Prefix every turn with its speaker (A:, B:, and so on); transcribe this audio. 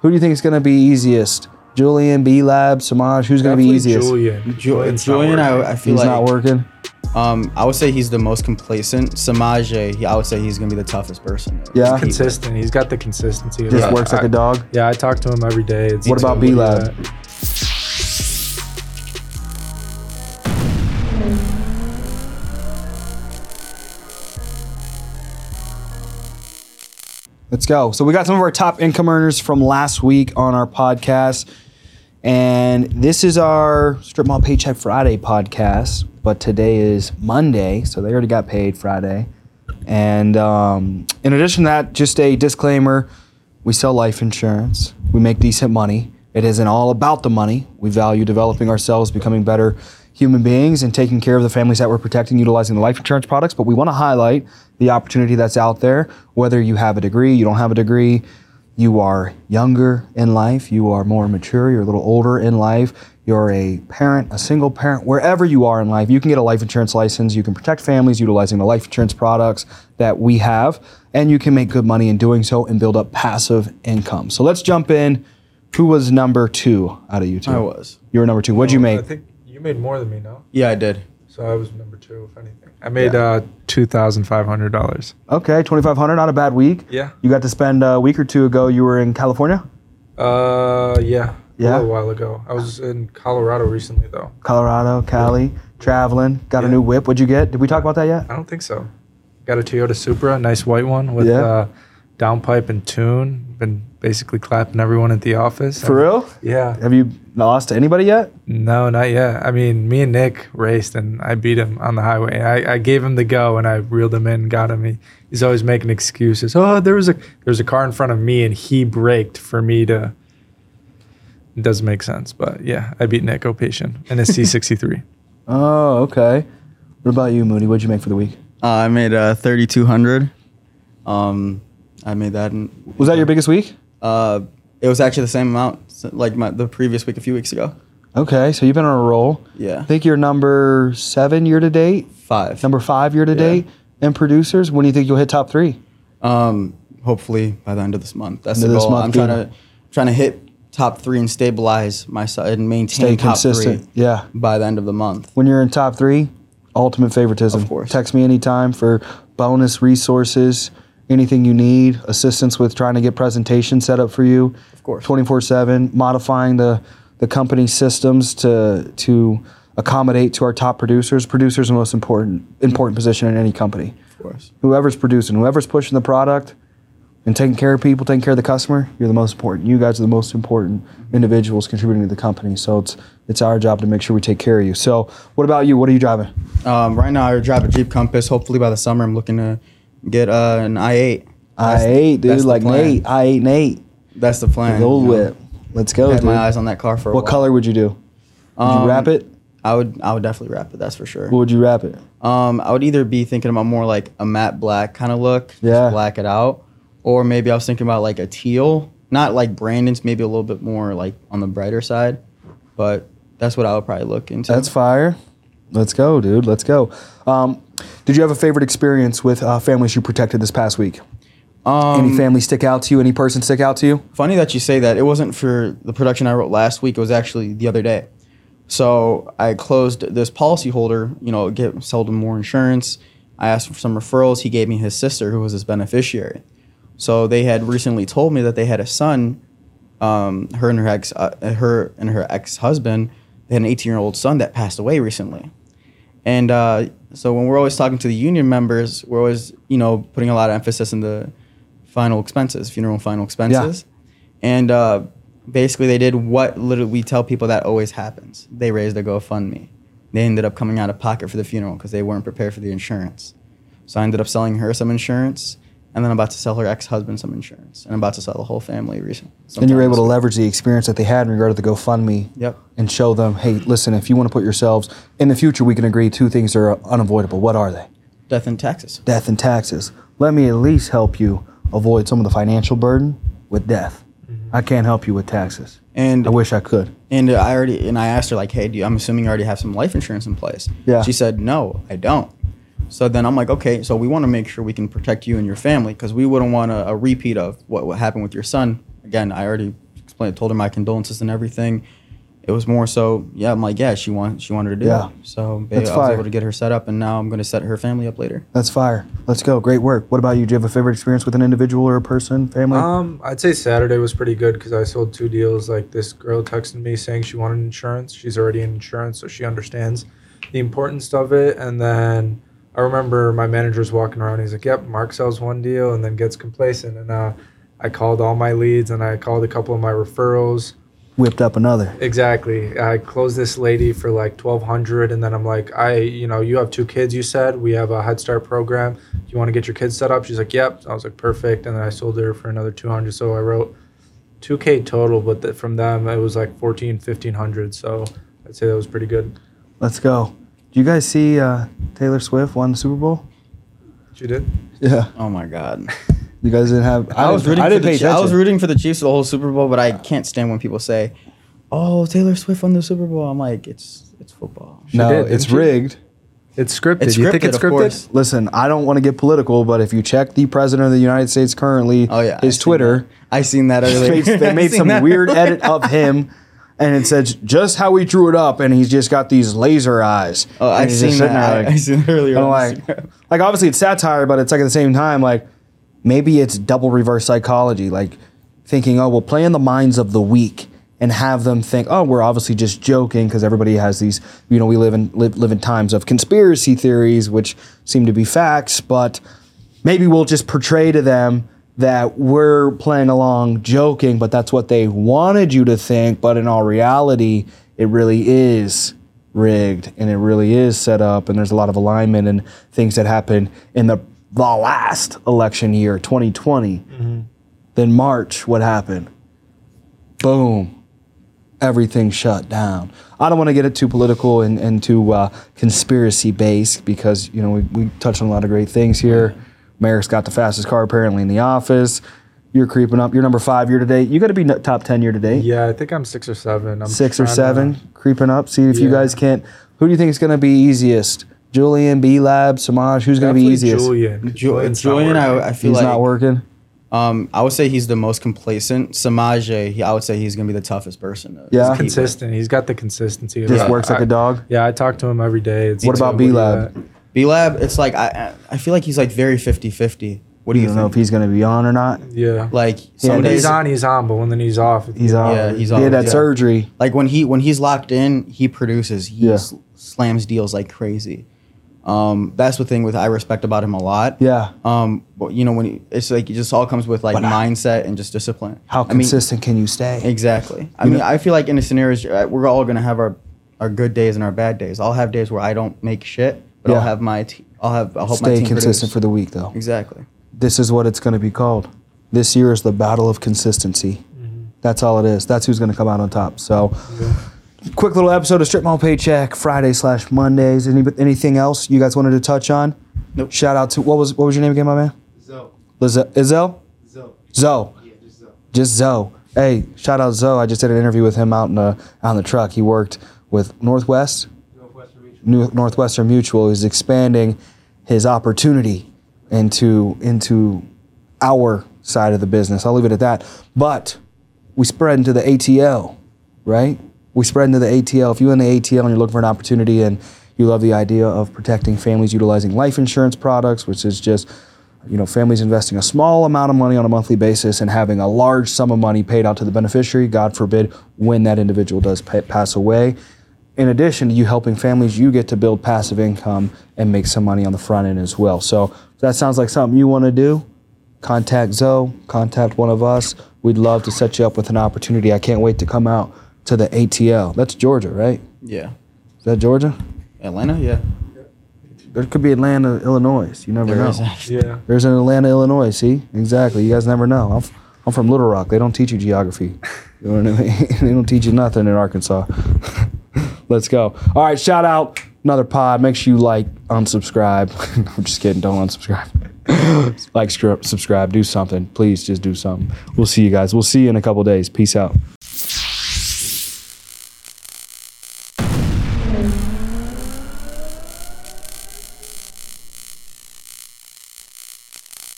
A: Who do you think is going to be easiest? Julian, B Lab, Samaj. Who's going to be
B: Definitely
A: easiest?
B: Julian.
C: Ju-
B: Julian's not
C: Julian,
B: working.
C: I, I feel
A: He's
C: like
A: not working.
C: um, I would say he's the most complacent. Samaje, he, I would say he's gonna be the toughest person.
A: Yeah.
B: consistent. He's got the consistency. of
A: Just
B: that.
A: works like a dog.
B: Yeah, I talk to him every day. It's uh,
A: What about
B: it's-
A: B-Lab?
B: yeah.
A: Let's go. So we got some of our top income earners from last week on our podcast. And this is our Strip Mall Paycheck Friday podcast, but today is Monday, so they already got paid Friday. And um, in addition to that, just a disclaimer we sell life insurance, we make decent money. It isn't all about the money. We value developing ourselves, becoming better human beings, and taking care of the families that we're protecting, utilizing the life insurance products. But we want to highlight the opportunity that's out there, whether you have a degree, you don't have a degree, you are younger in life, you are more mature, you're a little older in life, you're a parent, a single parent, wherever you are in life, you can get a life insurance license. You can protect families utilizing the life insurance products that we have, and you can make good money in doing so and build up passive income. So let's jump in. Who was number two out of you two?
C: I was.
A: You were number two. What'd you
B: I
A: make?
B: think you made more than me, no?
C: Yeah, I did.
B: So I was number two, if anything. I made uh, $2,500.
A: Okay, 2500 not a bad week.
B: Yeah.
A: You got to spend a week or two ago, you were in California,
B: Uh, yeah.
A: Yeah?
B: A little while ago. I was in Colorado recently, though.
A: Colorado, Cali, traveling, got a
B: Yeah.
A: new whip. What'd you get? Did we talk about that yet?
B: I don't think so. Got a Toyota Supra, a nice white one with
A: Yeah.
B: uh, downpipe and tune. Been basically clapping everyone at the office.
A: For real?
B: Yeah.
A: Have you lost to anybody yet?
B: No, not yet. I mean, me and Nick raced, and I beat him on the highway. I, I gave him the go, and I reeled him in, got him. He, he's always making excuses. Oh, there was a there was a car in front of me, and he braked for me to. It doesn't make sense, but yeah, I beat Nick Opation in a C63.
A: Oh, okay. What about you, Moody? What'd you make for the week?
C: Uh, I made uh, 3,200. Um, I made that. In,
A: Was that your biggest week?
C: Uh, it was actually the same amount s- like my, the previous week a few weeks ago.
A: Okay, so you've been on a roll.
C: Yeah.
A: I think you're number seven year to date,
C: Five.
A: number five year to date in producers. When do you think you'll hit top three?
C: Um, hopefully by the end of this month. That's
A: End
C: the
A: of this
C: goal.
A: month,
C: I'm trying
A: dude.
C: to trying to hit top three and stabilize myself and maintain
A: Stay
C: top
A: consistent.
C: three
A: Yeah.
C: by the end of the month.
A: When you're in top three, ultimate favoritism.
C: Of course.
A: Text me anytime for bonus resources, anything you need, assistance with trying to get presentation set up for you. Of
C: course.
A: 24/7, modifying the the company systems to to accommodate to our top producers. Producers are the most important important position in any company.
C: Of course.
A: whoever's producing, whoever's pushing the product and taking care of people, taking care of the customer, you're the most important. You guys are the most important individuals contributing to the company. So it's it's our job to make sure we take care of you. So what about you? What are you driving?
C: Um, right now I drive a Jeep Compass. Hopefully by the summer I'm looking to get uh, an i8.
A: I
C: That's-
A: eight, dude,
C: that's the
A: like
C: plan.
A: Nate. I eight Nate.
C: That's the plan.
A: The old
C: you know.
A: whip. Let's go,
C: Had
A: dude.
C: my eyes on that car for a
A: What
C: while.
A: color would you do? Would you
C: Um,
A: wrap it?
C: I would I would definitely wrap it. That's for sure.
A: What would you wrap it?
C: Um, I would either be thinking about more like a matte black kind of look,
A: Yeah.
C: just black it out, or maybe I was thinking about like a teal, not like Brandon's, maybe a little bit more like on the brighter side, but that's what I would probably look into.
A: That's fire. Let's go, dude. Let's go. Um, did you have a favorite experience with uh, families you protected this past week?
C: um,
A: Any family stick out to you? Any person stick out to you?
C: funny that you say that. It wasn't for the production I wrote last week. It was actually the other day. So I closed this policyholder. You know, get sold him more insurance. I asked for some referrals. He gave me his sister, who was his beneficiary. So they had recently told me that they had a son. Um, her and her ex, uh, her and her ex husband, they had an 18 year old son that passed away recently. And uh, so when we're always talking to the union members, we're always, you know, putting a lot of emphasis in the final expenses, funeral and final expenses. And uh, basically, they did what literally we tell people that always happens. They raised their GoFundMe. They ended up coming out of pocket for the funeral because they weren't prepared for the insurance. So I ended up selling her some insurance, and then I'm about to sell her ex-husband some insurance, and I'm about to sell the whole family recently.
A: And you were able to leverage the experience that they had in regard to the GoFundMe
C: Yep.
A: and show them, hey, listen, if you want to put yourselves in the future, we can agree two things are unavoidable. What are they?
C: death in taxes.
A: Death and taxes. Let me at least help you avoid some of the financial burden with death. I can't help you with taxes.
C: Mm-hmm. And
A: I wish I could.
C: And I already and I asked her like, "Hey, do you, I'm assuming you already have some life insurance in place."
A: Yeah.
C: She said, "No, I don't." So then I'm like, "Okay, so we want to make sure we can protect you and your family because we wouldn't want a, a repeat of what, what happened with your son." Again, I already explained, told her my condolences and everything. It was more so, yeah. I'm like, yeah, she wanted she wanted to do
A: Yeah.
C: it. So ba- I
A: That's
C: was
A: fire.
C: able to get her set up, and now I'm going to set her family up later.
A: That's fire. Let's go. Great work. What about you? Do you have a favorite experience with an individual or a person, family?
C: Uh,
B: Um, I'd say Saturday was pretty good because I sold two deals. Like this girl texted me saying she wanted insurance. She's already in insurance, so she understands the importance of it. And then I remember my manager's walking around. He's like, "Yep, Mark sells one deal and then gets complacent." And uh, I called all my leads and I called a couple of my referrals.
A: Whipped up another.
B: Exactly. I closed this lady for like twelve hundred, and then I'm like, I, you know, you have two kids. You said we have a Head Start program. Do you want to get your kids set up? She's like, Yep. I was like, Perfect. And then I sold her for another two hundred. So I wrote two k total, but th- from them it was like fourteen, 1500 So I'd say that was pretty good.
A: Let's go. Do you guys see uh, Taylor Swift won the Super Bowl?
B: She did.
A: Yeah.
C: Oh my god.
A: You guys didn't have.
C: I was rooting.
A: I
C: for
A: didn't
C: the,
A: pay
C: Chi-
A: attention.
C: I was rooting for the Chiefs the whole Super Bowl, but I can't stand when people say, "Oh, Taylor Swift on the Super Bowl." I'm like, it's it's football.
A: no,
B: did, didn't
A: it's
B: she?
A: rigged.
B: It's scripted.
C: It's
B: you think
C: scripted,
B: it's
C: of
B: scripted?
C: course.
A: Listen, I don't want to get political, but if you check the president of the United States currently,
C: Oh yeah, I
A: his
C: seen
A: Twitter,
C: that. I seen that earlier.
A: they, they
C: I
A: made
C: seen
A: some
C: that
A: weird
C: earlier.
A: edit of him, and it says just how he drew it up, and he's just got these laser eyes.
C: Oh,
A: And
C: I
A: he's just
C: seen
A: sitting
C: that.
A: there
C: I- I seen it earlier.
A: and
C: on
A: like,
C: Instagram.
A: like obviously it's satire, but it's like at the same time, like maybe it's double reverse psychology, like thinking, oh, we'll play in the minds of the weak and have them think, oh, we're obviously just joking because everybody has these, you know, we live in live, live in times of conspiracy theories, which seem to be facts, but maybe we'll just portray to them that we're playing along joking, but that's what they wanted you to think, but in all reality, it really is rigged and it really is set up and there's a lot of alignment and things that happened in the the last election year 2020 then march what happened boom everything shut down i don't want to get it too political and, and too uh, conspiracy based because you know we, we touched on a lot of great things here merrick's got the fastest car apparently in the office you're creeping up you're number five year to date you got to be no- top 10 year to date
B: Yeah, I think I'm six or seven. I'm
A: six or
B: trying to-
A: seven, creeping up. See if you
B: Yeah.
A: guys can't. Who do you think is going to be easiest? Julian, B Lab, Samaj. Who's going to be
B: Definitely
A: easiest?
B: Julian. 'cause
C: Ju-
B: Julian's not
C: Julian,
B: working.
C: I, I feel
A: He's
C: like
A: not working.
C: Um, I would say he's the most complacent. Samaje, he, I would say he's gonna be the toughest person. To
A: Yeah.
C: keep with.
B: consistent. He's got the consistency.
A: Just
B: Yeah.
A: works like
B: I-
A: a dog.
B: Yeah, I talk to him every day. It's
A: What about
B: do you
A: B-Lab?
B: got?
C: B Lab, it's like I I I feel like he's like very 50-50. What do
A: You
C: you
A: don't know
C: think?
A: if he's going to be on or not.
B: Yeah.
C: like some
A: When
B: When
C: days
B: he's on, he's on, but when then he's off,
A: He's on.
C: Yeah, he's
A: He
C: on,
A: had that
C: yeah.
A: surgery.
C: like when he when he's locked in, he produces. He
A: Yeah.
C: s- slams deals like crazy. Um, that's the thing with I respect about him a lot.
A: Yeah.
C: Um, but you know when he, it's like it just all comes with like mindset and just discipline.
A: How
C: I mean,
A: consistent can you stay?
C: Exactly. I mean, I feel like in the scenarios, uh, we're all gonna have our our good days and our bad days. I'll have days where I don't make shit, but
A: Yeah.
C: I'll have my te- I'll have I'll help my
A: Stay
C: team
A: consistent
C: produce.
A: for the week, though.
C: exactly.
A: This is what it's going to be called. This year is the battle of consistency. That's all it is. That's who's going to come out on top. So. Quick little episode of Strip Mall Paycheck Friday slash Mondays. Any, anything else you guys wanted to touch on?
C: Nope.
A: Shout out to what was what was your name again, my man?
D: Zo.
A: Lizzo, Izzo?
D: Zo.
A: Zoe.
D: Yeah, just Zo.
A: Just Zoe. Hey, shout out Zoe. I just did an interview with him out in the out in the truck. He worked with Northwest,
D: Northwestern Regional.
A: New, Northwestern Mutual. He's expanding his opportunity into into our side of the business. I'll leave it at that. But we spread into the ATL, right? We spread into the ATL. If you're in the ATL and you're looking for an opportunity and you love the idea of protecting families utilizing life insurance products, which is just you know, families investing a small amount of money on a monthly basis and having a large sum of money paid out to the beneficiary, God forbid, when that individual does pa- pass away. In addition to you helping families, you get to build passive income and make some money on the front end as well. So if that sounds like something you want to do, contact Zoe, contact one of us. We'd love to set you up with an opportunity. I can't wait to come out to the ATL. That's Georgia, right?
C: Yeah.
A: Is that Georgia?
C: Atlanta. Yeah.
A: There could be Atlanta, Illinois. You never
C: There
A: know.
C: is-
B: Yeah.
A: There's in Atlanta, Illinois. See, exactly. You guys never know. I'm, f- I'm from Little Rock. They don't teach you geography. You know what I mean? they don't teach you nothing in Arkansas. Let's go. All right, shout out another pod. Make sure you like, unsubscribe. I'm just kidding. Don't unsubscribe. like, scr- subscribe, do something. Please, just do something. We'll see you guys. We'll see you in a couple days. Peace out.